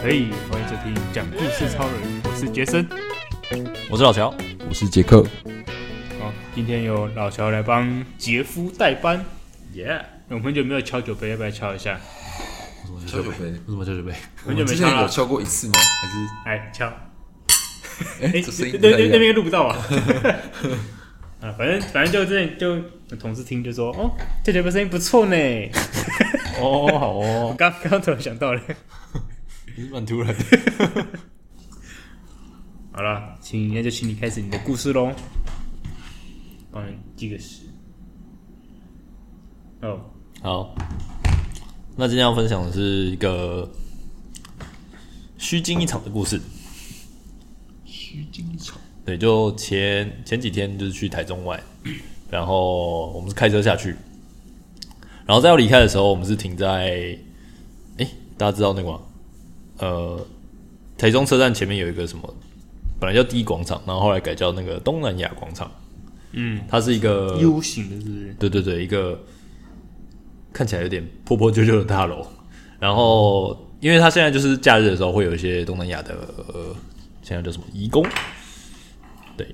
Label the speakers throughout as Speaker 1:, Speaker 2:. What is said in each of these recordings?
Speaker 1: 嘿，欢迎收听讲故事超人，我是杰森。
Speaker 2: 我是老乔，
Speaker 3: 我是杰克。
Speaker 1: 好，今天由老乔来帮杰夫代班。
Speaker 2: 耶！
Speaker 1: 我们很久没有敲酒杯，要不要敲一下？
Speaker 3: 敲酒杯，
Speaker 2: 为什么叫酒杯？
Speaker 1: 很久没
Speaker 3: 之
Speaker 1: 敲
Speaker 3: 前有
Speaker 1: 了，
Speaker 3: 敲过一次吗？还是
Speaker 1: 来 敲。
Speaker 3: 哎、
Speaker 1: 哎、
Speaker 3: 这声音
Speaker 1: 那
Speaker 3: 不太
Speaker 1: 那
Speaker 3: 一
Speaker 1: 那
Speaker 3: 样。
Speaker 1: 边录不到 啊。啊，反正反正就这就有同事听就说，哦，这节目声音不错呢。
Speaker 2: 哦，好
Speaker 1: 我
Speaker 2: 哦，
Speaker 1: 刚刚突然想到了。
Speaker 2: 蛮突然。
Speaker 1: 好了，请那就请你开始你的故事喽。帮你记个时。哦，
Speaker 2: 好，那今天要分享的是一个虚惊一场的故事。
Speaker 3: 虚惊一场，
Speaker 2: 对，就前前几天就是去台中玩，然后我们是开车下去，然后在要离开的时候，我们是停在，哎，大家知道那个吗？呃，台中车站前面有一个什么，本来叫第一广场，然后后来改叫那个东南亚广场，
Speaker 1: 嗯
Speaker 2: 它是一个
Speaker 1: ，U 型的是不是？
Speaker 2: 对对对，一个看起来有点破破旧旧的大楼。然后，因为它现在就是假日的时候，会有一些东南亚的，呃，现在叫什么移工，对，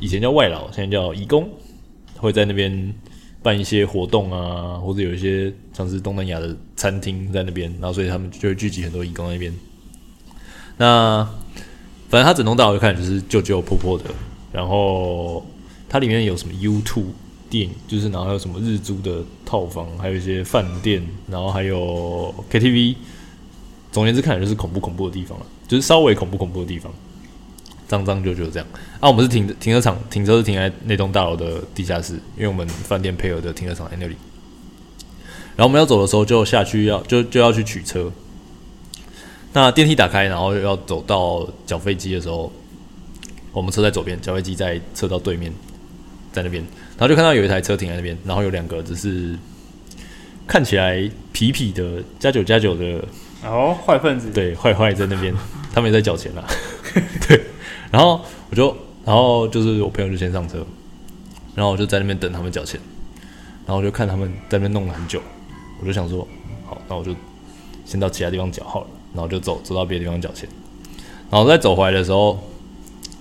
Speaker 2: 以前叫外劳，现在叫移工，会在那边办一些活动啊，或者有一些像是东南亚的餐厅在那边，然后所以他们就会聚集很多移工在那边。那反正它整栋大楼就看起来就是旧旧破破的，然后它里面有什么 U two 电影，就是然后还有什么日租的套房，还有一些饭店，然后还有 KTV，总而言之看起来就是恐怖恐怖的地方了，就是稍微恐怖恐怖的地方，脏脏旧旧这样。啊，我们是停停车场停车是停在那栋大楼的地下室，因为我们饭店配合的停车场在那里。然后我们要走的时候就下去要就就要去取车，那电梯打开，然后要走到缴费机的时候，我们车在左边，缴费机在车道对面，在那边，然后就看到有一台车停在那边，然后有两个只是看起来痞痞的加九加九的
Speaker 1: 哦，坏分子。
Speaker 2: 对，坏坏在那边，他们也在缴钱啦。 对，然后我就，然后就是我朋友就先上车，然后我就在那边等他们缴钱，然后我就看他们在那边弄了很久，我就想说，好，那我就先到其他地方缴好了，然后就走走到别的地方缴钱，然后再走回来的时候，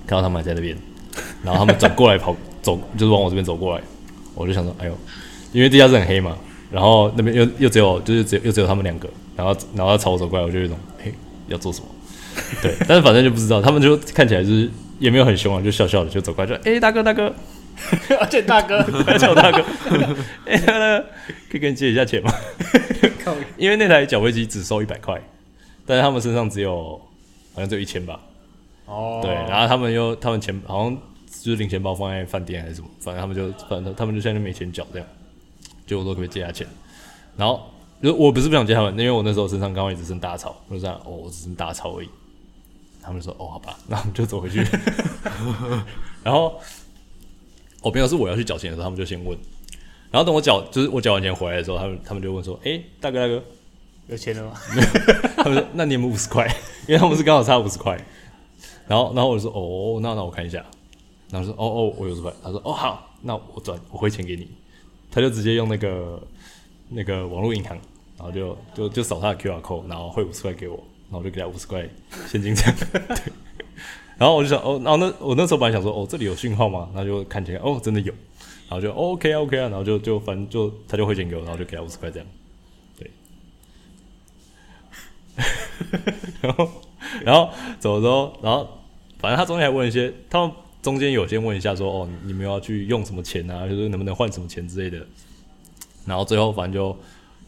Speaker 2: 看到他们还在那边，然后他们转过来跑走，就是往我这边走过来，我就想说，哎呦，因为地下室很黑嘛，然后那边又又只有就是只有又只有他们两个，然后然后他朝我走过来，我就有一种嘿要做什么，对，但是反正就不知道，他们就看起来就是也没有很凶啊，就笑笑的就走过来就哎、大哥大哥，
Speaker 1: 而且啊大 哥，
Speaker 2: 叫我大哥，哎、大哥可以跟你借一下钱吗？ 因为那台缴费机只收一百块，但是他们身上只有好像只有一千吧，
Speaker 1: 哦，
Speaker 2: 对，然后他们又他们钱好像就是零钱包放在饭店还是什么，反正他们就反正他们就现在就没钱缴这样，就我说可不可以借他钱，然后就是我不是不想借他们，因为我那时候身上刚好也只剩大钞，我就这样哦，我只剩大钞而已，他们就说哦好吧，那我们就走回去，然后我朋友是我要去缴钱的时候，他们就先问。然后等我缴，就是我缴完钱回来的时候，他们他们就问说：“哎，大哥大哥，
Speaker 1: 有钱了吗？
Speaker 2: 他们说：“那你们五十块， 因为他们是刚好差五十块。”然后，然后我就说：“哦，那那我看一下。”然后说：“哦哦，我有十块。”他说：“哦好，那我转我汇钱给你。”他就直接用那个那个网络银行，然后就就就扫他的 QR code，然后汇五十块给我，然后我就给他五十块现金这样。对。然后我就想，哦，然后那我那时候本来想说，哦，这里有讯号吗？然后就看起来，哦，真的有。然后就、哦 OK 啊 OK 啊，然后就就反正就他就汇钱给我，然后就给他五十块这样。 然后然后走的时候，然后反正他中间还问一些，他们中间有先问一下说，哦，你们要去用什么钱啊，就是能不能换什么钱之类的。然后最后反正就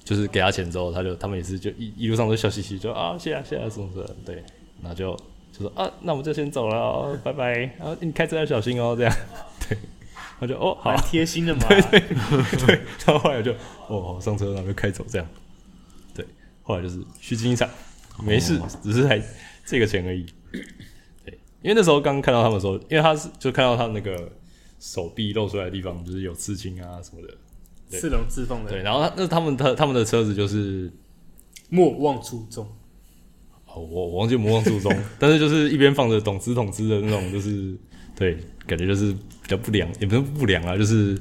Speaker 2: 就是给他钱之后，他就他们也是就一一路上都笑嘻嘻，就啊谢啊谢啊什么什么的，对，然后就就说啊那我们就先走了、哦，拜拜，然后你开车要小心哦，这样，对，他就哦好
Speaker 1: 蛮，贴心的嘛。
Speaker 2: 对，然后后来我就哦上车，然后就开走这样。对，后来就是虚惊一场，没事，只是还这个钱而已。对，因为那时候刚看到他们的时候，因为他是就看到他那个手臂露出来的地方，就是有刺青啊什么的。对
Speaker 1: 自龙自凤
Speaker 2: 对，
Speaker 1: 的，
Speaker 2: 然后他那他们他他们的车子就是。
Speaker 1: 莫忘初衷。
Speaker 2: 哦，我我忘记魔王初 衷，但是就是一边放着懂吃懂吃的那种，就是对，感觉就是比较不良，也不是不良啊，就是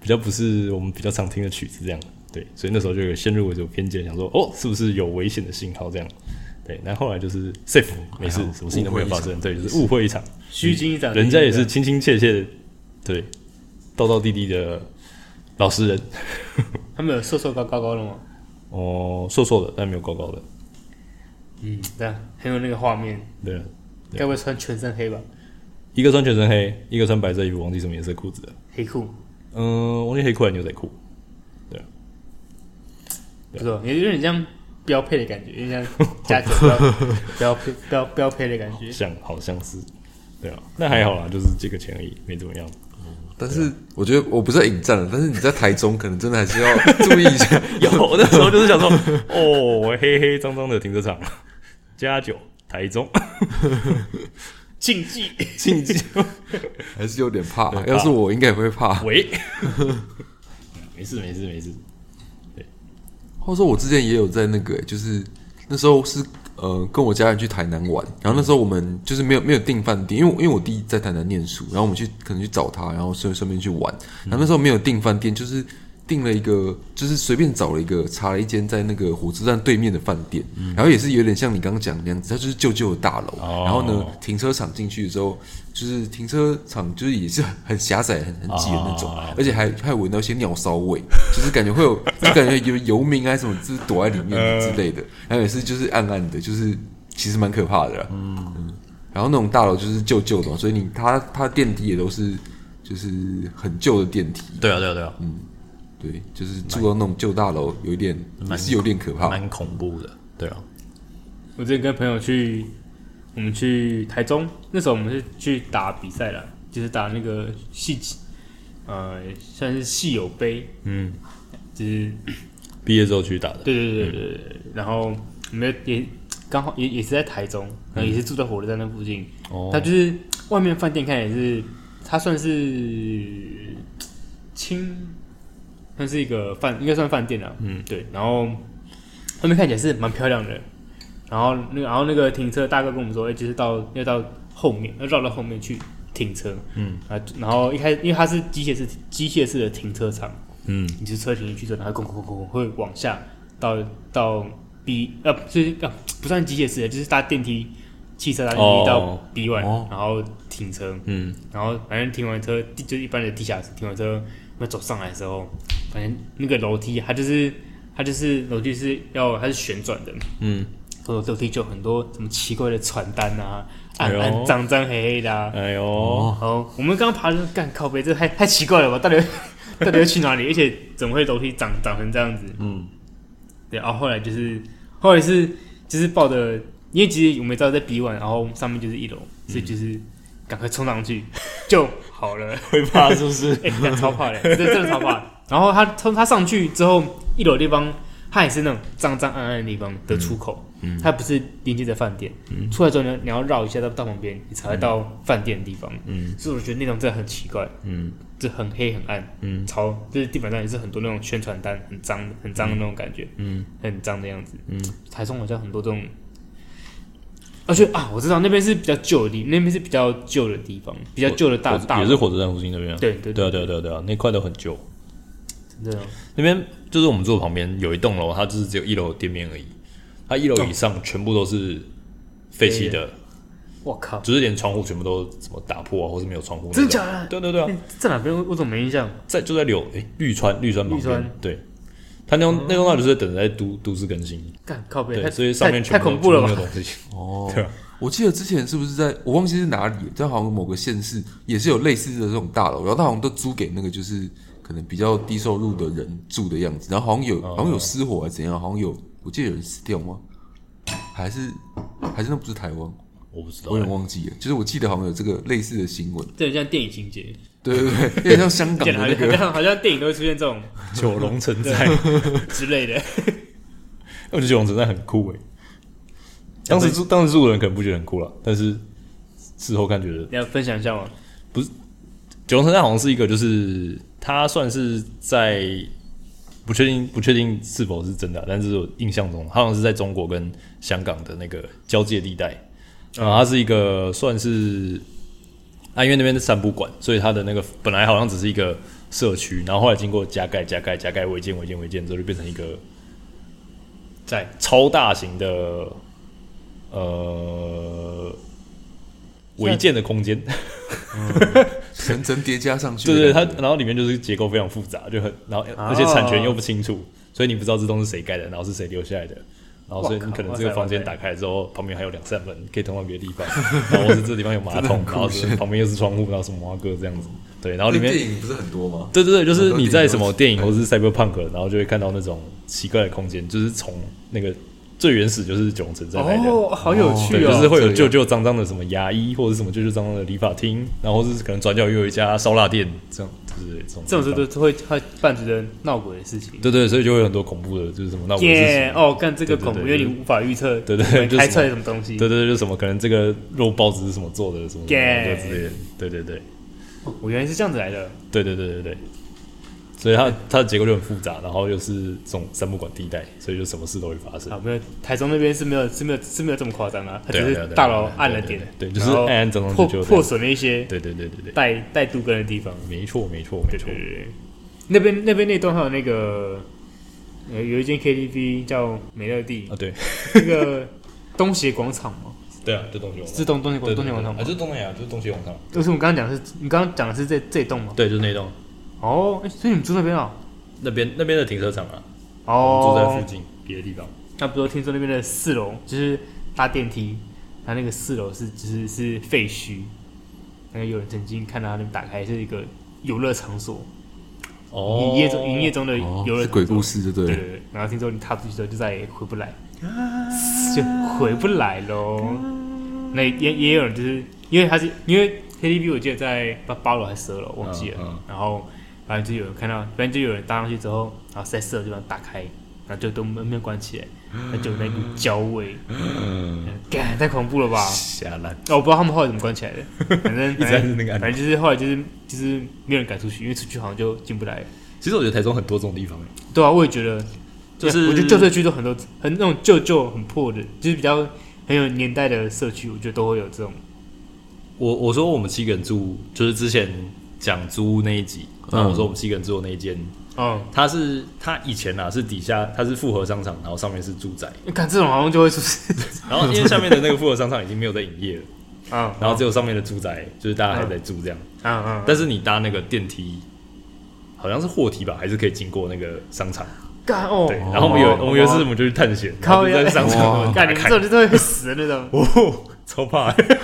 Speaker 2: 比较不是我们比较常听的曲子这样。对，所以那时候就有先入为主偏见，想说哦，是不是有危险的信号这样？对，那后来就是 safe，没事
Speaker 3: 还好，
Speaker 2: 什么事情都没有发生。
Speaker 3: 哎误会一场
Speaker 2: 对，就是误会一场，
Speaker 1: 虚惊一场，
Speaker 2: 嗯人家也是亲亲切切的，对，道道地地的老实人。
Speaker 1: 他们有瘦瘦高高高的吗？
Speaker 2: 哦，瘦瘦的，但没有高高的。
Speaker 1: 嗯，对啊，很有那个画面，
Speaker 2: 对，
Speaker 1: 该不会穿全身黑吧？
Speaker 2: 一个穿全身黑，一个穿白色衣服，忘记什么颜色裤子了。
Speaker 1: 黑裤
Speaker 2: 嗯，忘记黑裤还是牛仔裤。
Speaker 1: 不错，有有点像标配的感觉，有点像 加酒标标配标标配的感觉。
Speaker 2: 像好像是，对啊，那还好啦，就是这个钱而已，没怎么样。
Speaker 3: 但是啊我觉得我不是在引战了，啊但是你在台中可能真的还是要注意一下。
Speaker 2: 有， 我那时候就是想 说，哦，黑黑脏脏的停车场，加九台中
Speaker 1: 禁忌，
Speaker 2: 禁 忌
Speaker 3: 还是有点怕
Speaker 2: 对。
Speaker 3: 要是我应该也会怕。
Speaker 2: 喂，没事没事没事，
Speaker 3: 话说我之前也有在那个、就是那时候是呃跟我家人去台南玩，然后那时候我们就是没有没有订饭店，因为我因为我弟在台南念书，然后我们去可能去找他，然后顺顺便去玩。然后那时候没有订饭店，就是订了一个，就是随便找了一个，查了一间在那个火车站对面的饭店，然后也是有点像你刚刚讲的那样子，它就是旧旧的大楼，
Speaker 2: 哦
Speaker 3: 然后呢停车场进去的时候，就是停车场就是也是很很狭窄、很很挤的那种，
Speaker 2: 哦
Speaker 3: 而且还还闻到一些尿骚 味，就是感觉会有，就感觉有游民啊什么，就是躲在里面
Speaker 2: 呃
Speaker 3: 之类的。然后也是就是暗暗的，就是其实蛮可怕的啦。嗯，然后那种大楼就是旧旧的嘛，所以你它它电梯也都是就是很旧的电梯。
Speaker 2: 对啊对啊对啊，
Speaker 3: 对，就是住到那种旧大楼，有一点也是有点可怕。
Speaker 2: 蛮恐怖的，对啊，
Speaker 1: 我之前跟朋友去，我们去台中，那时候我们是去打比赛了，就是打那个系，呃，算是系友杯，
Speaker 2: 嗯，
Speaker 1: 就是
Speaker 2: 毕业之后去打的，
Speaker 1: 对对对对对对。然后我们也刚好也也是在台中，然后也是住在火车站那附近。
Speaker 2: 哦
Speaker 1: 它就是外面饭店看也是，它算是轻，算是一个饭，应该算饭店了。嗯，对。然后外面看起来是蛮漂亮的。然后那个，然后那个停车大哥跟我们说，哎、就是到要到后面，要绕到后面去停车。嗯，啊，然后一开始因为它是机械式机械式的停车场，
Speaker 2: 嗯，
Speaker 1: 你就车停进去之后，然后滚滚滚滚会往下到到 B 呃，就是呃不算机械式的，就是搭电梯，汽车搭电
Speaker 2: 哦
Speaker 1: 梯到 B 外、
Speaker 3: 哦
Speaker 1: 然后停车，
Speaker 2: 嗯，
Speaker 1: 然后反正停完车地就是一般的地下室，停完车那走上来的时候，反正那个楼梯它就是它就是楼梯是要它是旋转的，
Speaker 2: 嗯，
Speaker 1: 所以楼梯就有很多什么奇怪的传单啊，
Speaker 2: 哎
Speaker 1: 暗
Speaker 2: 呦
Speaker 1: 暗脏脏黑黑的啊，
Speaker 2: 哎呦，
Speaker 1: 好，我们刚刚爬的时候干靠背，这太太奇怪了吧？到底 到底要去哪里？而且怎么会楼梯长长成这样子？
Speaker 2: 嗯，
Speaker 1: 对，啊然后后来就是后来是就是抱着，因为其实我们知道在 B 完，然后上面就是一楼，所以就是赶快冲上去就好了。
Speaker 2: 会怕是不 是？
Speaker 1: 哎、欸，超怕的，这真的超怕的。然后他从他上去之后，一楼的地方，它也是那种脏脏暗暗的地方的出口，
Speaker 2: 嗯
Speaker 1: 它不是连接着饭店。出来之后呢，你要绕一下到到旁边，你才会到饭店的地方。
Speaker 2: 嗯
Speaker 1: 所以我觉得那种真的很奇怪，
Speaker 2: 嗯
Speaker 1: 就很黑很暗，
Speaker 2: 嗯
Speaker 1: 超就是地板上也是很多那种宣传单，很脏很脏的那种感觉，
Speaker 2: 嗯
Speaker 1: 很脏的样子。
Speaker 2: 嗯，
Speaker 1: 台中好像很多这种，而且啊，我知道那边是比较旧的地，那边是比较旧的地方，比较旧的大
Speaker 2: 火
Speaker 1: 大
Speaker 2: 也是
Speaker 1: 楼
Speaker 2: 火车站附近那边啊，
Speaker 1: 对对
Speaker 2: 对啊对啊对啊对啊，那块都很旧，
Speaker 1: 真的
Speaker 2: 那边就是我们住的旁边有一栋楼，它就是只有一楼的店面而已，它一楼以上全部都是废弃的，
Speaker 1: 哦我靠，
Speaker 2: 就是连窗户全部都怎么打破啊，或是没有窗户那
Speaker 1: 真
Speaker 2: 种。
Speaker 1: 的假的
Speaker 2: 对 对对啊，
Speaker 1: 欸在哪边？我我怎么没印象？
Speaker 2: 在就在柳诶绿川绿川旁
Speaker 1: 绿川
Speaker 2: 边，对，它那栋那栋大楼就是等着在都都市更新，
Speaker 1: 干靠背，
Speaker 2: 对，
Speaker 1: 太
Speaker 2: 所以上面
Speaker 1: 太
Speaker 2: 全
Speaker 1: 太
Speaker 2: 部都
Speaker 1: 恐怖了
Speaker 2: 全部
Speaker 1: 吧？
Speaker 2: 都没有东西，
Speaker 3: 哦
Speaker 2: 对啊，
Speaker 3: 我记得之前是不是在我忘记是哪里，在好像某个县市也是有类似的这种大楼，然后它好像都租给那个就是可能比较低收入的人住的样子，然后好像有、
Speaker 2: 哦
Speaker 3: 好像有失火还是怎样，好像有我记得有人死掉吗？还是还是那不是台湾？
Speaker 2: 我不知道
Speaker 3: 我有点忘记了，就是我记得好像有这个类似的新闻，
Speaker 1: 这很像电影情节，
Speaker 3: 对对对，有点像香港
Speaker 1: 对，
Speaker 3: 的
Speaker 1: 好像
Speaker 3: 那
Speaker 1: 好
Speaker 3: 个，
Speaker 1: 像好像电影都会出现这种
Speaker 2: 九龙城 寨，
Speaker 1: 之类的。
Speaker 2: 我觉得九龙城寨很酷诶。当时住当时住的人可能不觉得很酷了，但是事后看觉 得
Speaker 1: 你要分享一下吗？
Speaker 2: 九龙城寨好像是一个，就是它算是在不确定不确定是否是真的啊，但是我印象中它好像是在中国跟香港的那个交界地带啊、它是一个算是啊，因为那边是散步馆，所以它的那个本来好像只是一个社区，然后后来经过加盖、加盖、加盖、违建、违建、违建之后，就变成一个
Speaker 1: 在
Speaker 2: 超大型的呃违建的空间。
Speaker 3: 层层叠加上去的
Speaker 2: 对
Speaker 3: 感
Speaker 2: 对，
Speaker 3: 觉。
Speaker 2: 它然后里面就是结构非常复杂，就很然后而且产权又不清楚，所以你不知道这栋是谁盖的，然后是谁留下来的，然后所以
Speaker 1: 哇
Speaker 2: 你
Speaker 1: 靠
Speaker 2: 可能
Speaker 1: 哇
Speaker 2: 这个
Speaker 1: 塞
Speaker 2: 房间
Speaker 1: 哇塞
Speaker 2: 打开之后，旁边还有两扇门可以通到别的地方，然后或是这地方有马桶，然后是旁边又是窗户，然后什么蛙哥这样子，对，然后里面
Speaker 3: 那电影不是很多吗？
Speaker 2: 对对对，就是
Speaker 3: 很多
Speaker 2: 你
Speaker 3: 电
Speaker 2: 在
Speaker 3: 影
Speaker 2: 什
Speaker 3: 都
Speaker 2: 么
Speaker 3: 是
Speaker 2: 电影或是 cyberpunk，然后就会看到那种奇怪的空间，就是从那个最原始就是九龙城寨来的。
Speaker 1: 哦，好有趣
Speaker 2: 对，
Speaker 1: 哦，
Speaker 2: 就是会有
Speaker 3: 这
Speaker 2: 旧
Speaker 3: 样
Speaker 2: 旧脏脏的什么牙医，或者是什么旧旧脏脏的理发厅，然后是可能转角又有一家烧腊店，这样就是这种
Speaker 1: 这种
Speaker 2: 地
Speaker 1: 事
Speaker 2: 方
Speaker 1: 都会会伴随着闹鬼的事情。
Speaker 2: 对对，所以就会有很多恐怖的，就是什么那我事
Speaker 1: 耶
Speaker 2: 情，
Speaker 1: 哦，干这个
Speaker 2: 对对
Speaker 1: 恐怖，因
Speaker 2: 对
Speaker 1: 为
Speaker 2: 对
Speaker 1: 你无法预测，
Speaker 2: 对对对就是
Speaker 1: 开
Speaker 2: 什
Speaker 1: 出来
Speaker 2: 么
Speaker 1: 什么东西。
Speaker 2: 对对对，就是什么可能这个肉包子是什么做的，什么什么的
Speaker 1: Yeah
Speaker 2: 之类的，对对对
Speaker 1: 哦我原来是这样子来的，
Speaker 2: 对对对对对，所以它它的结构就很复杂，然后又是这种三不管地带，所以就什么事都会发生
Speaker 1: 啊，。没有，台中那边是没有是没有是没有这么夸张啊，它只
Speaker 2: 对啊对啊
Speaker 1: 是
Speaker 2: 对啊
Speaker 1: 大楼暗了点，
Speaker 2: 对对对对就是
Speaker 1: 然后
Speaker 2: 暗暗脏脏
Speaker 1: 破
Speaker 2: 就就
Speaker 1: 破损了一些
Speaker 2: 对对对对对，
Speaker 1: 带带杜根的地方。
Speaker 2: 没错没错没
Speaker 1: 对
Speaker 2: 错
Speaker 1: 对，对，对那边那边那栋还有那个呃有一间 KTV 叫美乐蒂
Speaker 2: 啊，对
Speaker 1: 那个东协广场嘛，
Speaker 2: 对啊，就东西广
Speaker 1: 是
Speaker 2: 场，
Speaker 1: 东东协
Speaker 2: 对
Speaker 1: 广
Speaker 2: 对
Speaker 1: 东
Speaker 2: 对
Speaker 1: 协广
Speaker 2: 对
Speaker 1: 场
Speaker 2: 啊，
Speaker 1: 吗
Speaker 2: 就？是东南亚，就是东西广场，
Speaker 1: 就是我们刚刚讲的是，你刚刚讲的是这这栋吗？
Speaker 2: 对，就是那栋
Speaker 1: 哦，诶所以你们住那边啊？
Speaker 2: 那边那边的停车场啊，我们住在
Speaker 1: 哦
Speaker 2: 附，近别的地方，
Speaker 1: 那不是听说那边的四楼就是搭电梯，它那个四楼是就是是废墟，那个有人曾经看到它那边打开是一个游乐场所，
Speaker 2: 哦，
Speaker 1: 营业中营业中的
Speaker 3: 哦
Speaker 1: 游乐
Speaker 3: 是
Speaker 1: 场所
Speaker 3: 鬼故事，就对
Speaker 1: 对
Speaker 3: 了
Speaker 1: 对。对，然后听说你踏出去之后就再也回不来，就回不来喽。那也也有人就是因为他是因为 KTV 我记得在八八楼还是十二楼忘记了，
Speaker 2: 嗯嗯
Speaker 1: 然后反正就有人看到，反正就有人搭上去之后，然后在四楼地方打开，然后就都门没有关起来，那就有那股焦味，
Speaker 2: 嗯，
Speaker 1: 干太恐怖了吧！
Speaker 2: 下烂，
Speaker 1: 哦，我不知道他们后来怎么关起来的，反正
Speaker 2: 一直
Speaker 1: 反
Speaker 2: 在是那
Speaker 1: 正
Speaker 2: 个按钮
Speaker 1: 反正就是后来就是就是没有人敢出去，因为出去好像就进不来了。
Speaker 2: 其实我觉得台中很多这种地方欸，
Speaker 1: 对啊，我也觉得，
Speaker 2: 就是
Speaker 1: 我觉得旧社区都很多，很那种旧旧很破的，就是比较很有年代的社区，我觉得都会有这种。
Speaker 2: 我我说我们七个人住，就是之前讲租屋那一集，然后我说我们七个人住的那一间，
Speaker 1: 嗯，
Speaker 2: 它是它以前啊是底下它是复合商场，然后上面是住宅，
Speaker 1: 看这种好像就会出 事。
Speaker 2: 然后因为下面的那个复合商场已经没有在营业 了，
Speaker 1: 嗯，
Speaker 2: 然后只有上面的住宅就是大家还在住这样，
Speaker 1: 嗯嗯，
Speaker 2: 但是你搭那个电梯。好像是货梯吧，还是可以经过那个商场。
Speaker 1: 干哦，
Speaker 2: 对，然后我们有
Speaker 1: 哦
Speaker 2: 我们有一次我们就去探险，然
Speaker 1: 靠
Speaker 2: 后就在
Speaker 1: 腰哦
Speaker 2: 商场的门打
Speaker 1: 干你们
Speaker 2: 开
Speaker 1: 这，种就是会死的那 种。
Speaker 2: 哦，超怕欸，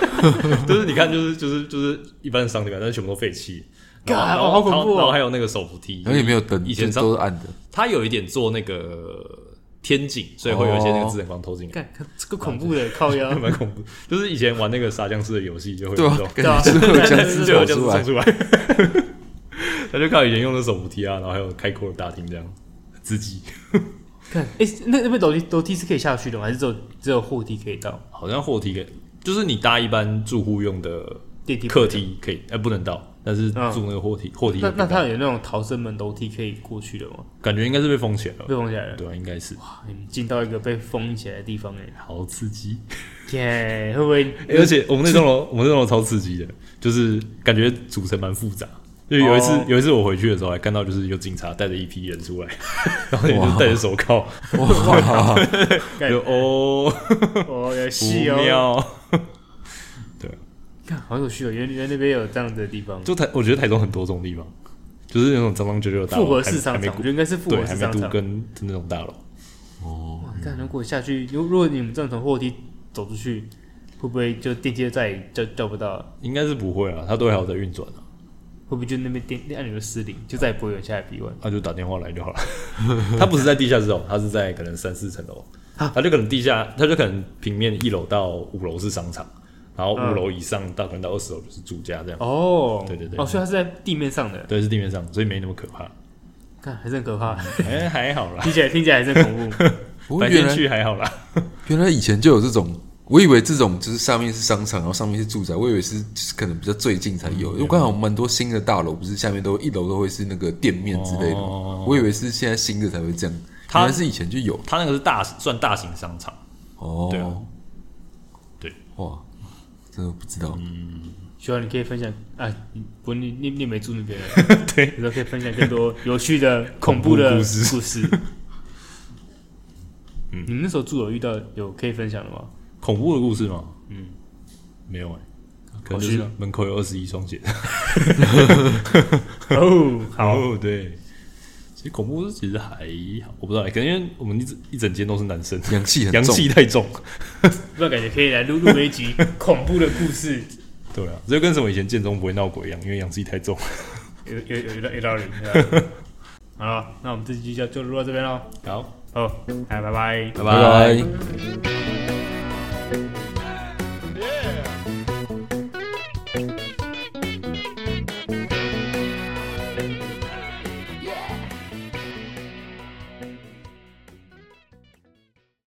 Speaker 2: 就是你看，就是就是就是一般的商店街，但是全部都废弃。然后
Speaker 1: 干
Speaker 2: 然后
Speaker 1: 哦好恐怖哦
Speaker 2: 然后还有那个手扶梯，
Speaker 3: 然后也没有灯，
Speaker 2: 以
Speaker 3: 就
Speaker 2: 前
Speaker 3: 是
Speaker 2: 商
Speaker 3: 都是暗的。
Speaker 2: 它有一点做那个天井，所以会有一些那个自然光透进 来，，
Speaker 1: 干这个恐怖的靠腰
Speaker 2: 蛮恐怖。就是以前玩那个杀僵尸的游戏就会
Speaker 3: 对
Speaker 2: 有
Speaker 3: 啊
Speaker 2: 这种，，
Speaker 3: 感
Speaker 1: 对啊
Speaker 3: 觉是会有僵 尸
Speaker 2: 就有
Speaker 3: 跑
Speaker 2: 僵尸
Speaker 3: 出
Speaker 2: 冲
Speaker 3: 来。
Speaker 2: 出来。 他就靠以前用的手扶梯啊，然后还有开阔的大厅这样，自己
Speaker 1: 看哎，那那边楼梯楼梯是可以下去的吗？还是只有只有货梯可以到？
Speaker 2: 好像货梯给，就是你搭一般住户用的
Speaker 1: 电梯不
Speaker 2: 客梯可以，哎不能到，但是
Speaker 1: 嗯
Speaker 2: 住那个货梯货梯
Speaker 1: 那
Speaker 2: 也可以
Speaker 1: 那
Speaker 2: 到
Speaker 1: 它有那种逃生门楼梯可以过去的吗？
Speaker 2: 感觉应该是被封起来了
Speaker 1: 被，封起来了，
Speaker 2: 对啊，应该是，
Speaker 1: 哇你们进到一个被封起来的地方哎，
Speaker 2: 好刺激！
Speaker 1: 耶，会不会？
Speaker 2: 欸而且我们那栋楼，我们那栋楼超刺激的，就是感觉组成蛮复杂。就有一次，
Speaker 1: 哦
Speaker 2: 有一次我回去的时候，还看到就是有警察带着一批人出来， 然后也就
Speaker 3: 哇
Speaker 2: 戴着手铐，
Speaker 3: 哇，
Speaker 1: 干
Speaker 2: 就哦，
Speaker 1: 哦，有
Speaker 2: 不
Speaker 1: 戏哦，
Speaker 2: 妙。 对，啊
Speaker 1: 看好有趣哦，原原来那边有这样的地方，
Speaker 2: 就台，我觉得台中很多这种地方，就是那种脏脏旧旧的大楼，
Speaker 1: 复合
Speaker 2: 还
Speaker 1: 式商
Speaker 2: 还没
Speaker 1: 场，我觉得应该是复
Speaker 2: 对，
Speaker 1: 合
Speaker 2: 还
Speaker 1: 式
Speaker 2: 没
Speaker 1: 商
Speaker 2: 度
Speaker 1: 场。
Speaker 2: 跟的那种大楼，
Speaker 3: 哦，
Speaker 1: 哇，看如果下去，如如果你们这样从货梯走出去，会不会就电梯就再也叫叫不到了？
Speaker 2: 应该是不会啊，它都还有在运转啊，
Speaker 1: 会不会就那边电那按钮就失灵，就再也不会有人下来逼问？
Speaker 2: 那就打电话来就好了。 他不是在地下室哦，他是在可能三四层楼，他就可能地下，他就可能平面一楼到五楼是商场，然后五楼以上到可能到二十楼就是住家这样。
Speaker 1: 哦，
Speaker 2: 对对对
Speaker 1: 哦，所以它是在地面上的，
Speaker 2: 对，是地面上，所以没那么可怕。
Speaker 1: 看还是很可怕，
Speaker 2: 哎、还好啦，
Speaker 1: 听起来听起来还是很恐怖。
Speaker 3: 不过
Speaker 2: 白
Speaker 3: 原
Speaker 2: 天
Speaker 3: 来
Speaker 2: 去还好啦。
Speaker 3: 原来以前就有这种，我以为这种就是上面是商场，然后上面是住宅，我以为是就是可能比较最近才
Speaker 2: 嗯
Speaker 3: 有。因为刚好蛮多新的大楼，不是下面都一楼都会是那个店面之类的
Speaker 2: 哦
Speaker 3: 吗？我以为是现在新的才会这样，
Speaker 2: 它
Speaker 3: 原来是以前就有
Speaker 2: 他那个是大算大型商场，对啊
Speaker 3: 哦。
Speaker 2: 对，嗯
Speaker 3: 哇，真的不知道。
Speaker 1: 希望你可以分享啊，你不，你你你也没住那边，
Speaker 2: 对，
Speaker 1: 你都可以分享更多有趣的、恐怖的
Speaker 2: 恐怖故事
Speaker 1: 故 事。嗯，你们那时候住有遇到有可以分享的吗？
Speaker 2: 恐怖的故事吗？嗯，没有哎、可能就
Speaker 1: 好
Speaker 2: 是
Speaker 1: 虚啊
Speaker 2: 门口有二十一双鞋。
Speaker 1: 哦，好，
Speaker 2: 哦，对，其实恐怖故事其实还好，我不知道、欸，可能因为我们一整一整间都是男生，
Speaker 3: 阳气很
Speaker 2: 阳
Speaker 3: 重，
Speaker 2: 气太重。
Speaker 1: 不然感觉可以来录录一集恐怖的故事，
Speaker 2: 对啊，这就跟什么以前建中不会闹鬼一样，因为阳气太重。
Speaker 1: 有有有有道有道理。有 道理好了，那我们这集就就录到这边喽。
Speaker 2: 好，
Speaker 1: 哦好，哎，拜拜。
Speaker 2: 拜
Speaker 3: 拜拜。